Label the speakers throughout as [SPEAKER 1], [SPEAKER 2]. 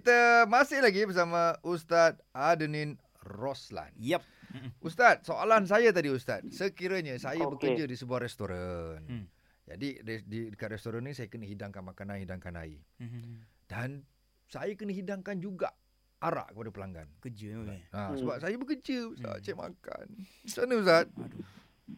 [SPEAKER 1] Kita masih lagi bersama Ustaz Adenin Roslan.
[SPEAKER 2] Yep.
[SPEAKER 1] Ustaz, soalan saya tadi Ustaz. Sekiranya saya okay.
[SPEAKER 3] Okey.
[SPEAKER 1] bekerja di sebuah restoran. Hmm.
[SPEAKER 2] Hmm.
[SPEAKER 1] Jadi di, di dekat restoran ni saya kena hidangkan makanan, hidangkan air. Dan saya kena hidangkan juga arak kepada pelanggan.
[SPEAKER 2] Kerja ni.
[SPEAKER 1] Ha, hmm.
[SPEAKER 3] Hmm.
[SPEAKER 1] sebab saya bekerja Ustaz,
[SPEAKER 2] Hmm.
[SPEAKER 1] cek makan. Macam mana Ustaz?
[SPEAKER 2] Aduh.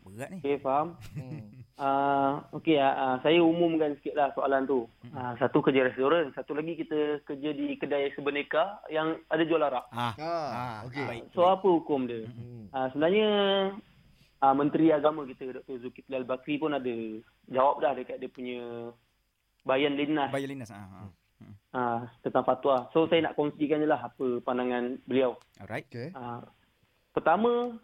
[SPEAKER 2] Berat ni.
[SPEAKER 3] Okey, faham.
[SPEAKER 1] Hmm.
[SPEAKER 3] Uh, Okey, uh, saya umumkan sikit lah soalan tu. Uh, satu kerja restoran, satu lagi kita kerja di kedai sebeneka yang ada jual arak.
[SPEAKER 2] Ah.
[SPEAKER 1] Ha, okey.
[SPEAKER 2] Baik.
[SPEAKER 3] So, apa hukum dia?
[SPEAKER 1] Hmm.
[SPEAKER 3] Uh, sebenarnya, uh, Menteri Agama kita, Dr. Zulkifli Al-Bakri pun ada jawab dah dekat dia punya bayan linah
[SPEAKER 2] Bayar linas. Ah. ah.
[SPEAKER 3] uh, tentang fatwa. So, saya nak kongsikan je lah apa pandangan beliau.
[SPEAKER 2] Alright.
[SPEAKER 1] Okey.
[SPEAKER 3] Uh, pertama,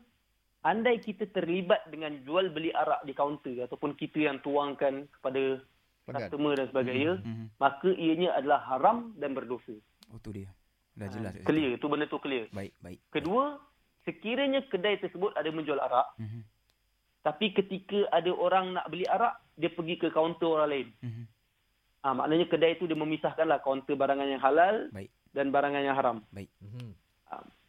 [SPEAKER 3] andai kita terlibat dengan jual beli arak di kaunter ataupun kita yang tuangkan kepada
[SPEAKER 1] Pelanggan.
[SPEAKER 3] customer dan sebagainya,
[SPEAKER 2] Mhm.
[SPEAKER 3] maka ianya adalah haram dan berdosa.
[SPEAKER 2] Oh tu dia. Dah jelas. kat situ.
[SPEAKER 3] Ah, Clear, tu benda tu clear.
[SPEAKER 2] Baik, baik.
[SPEAKER 3] Kedua, sekiranya kedai tersebut ada menjual arak,
[SPEAKER 2] Mhm.
[SPEAKER 3] tapi ketika ada orang nak beli arak, dia pergi ke kaunter orang lain.
[SPEAKER 2] Mhm.
[SPEAKER 3] Ha, maknanya kedai tu dia memisahkanlah kaunter barangan yang halal
[SPEAKER 2] Baik.
[SPEAKER 3] dan barangan yang haram. Ah,
[SPEAKER 1] Hmm.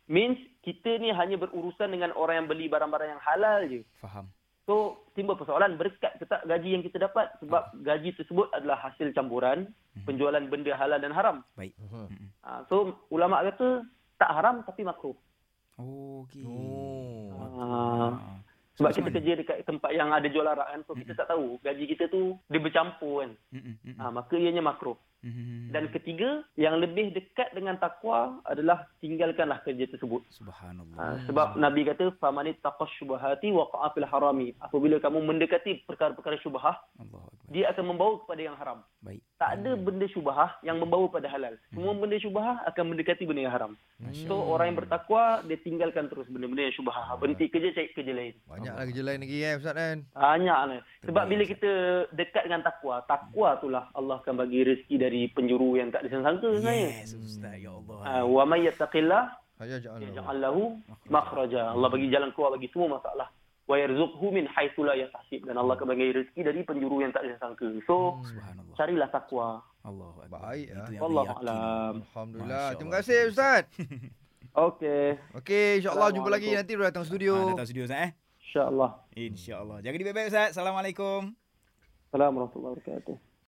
[SPEAKER 3] Means kita ni hanya berurusan dengan orang yang beli barang-barang yang halal je.
[SPEAKER 2] Faham.
[SPEAKER 3] So, timbul persoalan berkat ke tak gaji yang kita dapat
[SPEAKER 2] Hmm.
[SPEAKER 3] sebab gaji tersebut adalah hasil campuran
[SPEAKER 2] Mhm.
[SPEAKER 3] penjualan benda halal dan haram.
[SPEAKER 2] Baik.
[SPEAKER 1] Hmm.
[SPEAKER 2] Mhm.
[SPEAKER 3] Ha, so ulama kata tak haram tapi makruh.
[SPEAKER 2] Oh, okey.
[SPEAKER 1] Oh.
[SPEAKER 3] Ha,
[SPEAKER 2] Ah. macam
[SPEAKER 3] sebab kita
[SPEAKER 2] mana? Hmm.
[SPEAKER 3] kerja dekat tempat yang ada jual arak kan. So kita tak tahu gaji kita tu dia bercampur kan.
[SPEAKER 2] Mhm, mhm,
[SPEAKER 3] Ha, maka ianya makruh.
[SPEAKER 2] mhm.
[SPEAKER 3] Dan ketiga, yang lebih dekat dengan takwa adalah tinggalkanlah kerja tersebut.
[SPEAKER 2] Subhanallah.
[SPEAKER 3] Ha, sebab Nabi kata famani taqash syubhati waqa'a fil harami. Apabila kamu mendekati perkara-perkara syubhah,
[SPEAKER 2] Allahu akbar.
[SPEAKER 3] dia akan membawa kepada yang haram.
[SPEAKER 2] Baik.
[SPEAKER 3] Tak
[SPEAKER 2] Hmm.
[SPEAKER 3] ada benda syubhah yang membawa pada halal. Semua benda syubhah akan mendekati benda yang haram.
[SPEAKER 2] Masya
[SPEAKER 3] So orang yang bertakwa dia tinggalkan terus benda-benda yang
[SPEAKER 2] Hmm.
[SPEAKER 3] syubhah. Berhenti kerja cari kerja lain.
[SPEAKER 1] Banyaklah kerja lain lagi eh Ustaz kan.
[SPEAKER 3] Banyaklah. Sebab
[SPEAKER 2] Terbaik,
[SPEAKER 3] bila kita dekat dengan takwa, takwa itulah Allah akan bagi rezeki dari penjuru yang tak disangka sebenarnya.
[SPEAKER 2] Yes, ustaz. Ya Allah.
[SPEAKER 3] Ah, wa may yattaqillah
[SPEAKER 1] Hajaja'an.
[SPEAKER 3] yaj'al lahu makhraja. Allah bagi jalan keluar bagi semua masalah. Wa yarzuqhu min haitsu la yahtasib dan Allah akan bagi rezeki dari penjuru yang tak disangka. So
[SPEAKER 2] Subhanallah.
[SPEAKER 3] carilah takwa.
[SPEAKER 2] Allahu akbar.
[SPEAKER 1] Baik, ah.
[SPEAKER 2] Itu Hmm. yang Hmm.
[SPEAKER 3] Wallahu
[SPEAKER 2] yakin.
[SPEAKER 3] a'lam.
[SPEAKER 1] Alhamdulillah.
[SPEAKER 2] Masya
[SPEAKER 1] Terima
[SPEAKER 2] Allah.
[SPEAKER 1] kasih Ustaz.
[SPEAKER 3] Okey,
[SPEAKER 1] Okey, insyaAllah jumpa lagi nanti
[SPEAKER 3] Assalamualaikum.
[SPEAKER 1] dia datang
[SPEAKER 2] Ah,
[SPEAKER 1] studio.
[SPEAKER 2] datang studio Ustaz eh.
[SPEAKER 3] insya-Allah.
[SPEAKER 2] InsyaAllah. Jaga diri baik-baik Ustaz. Assalamualaikum.
[SPEAKER 3] Assalamualaikum warahmatullahi wabarakatuh.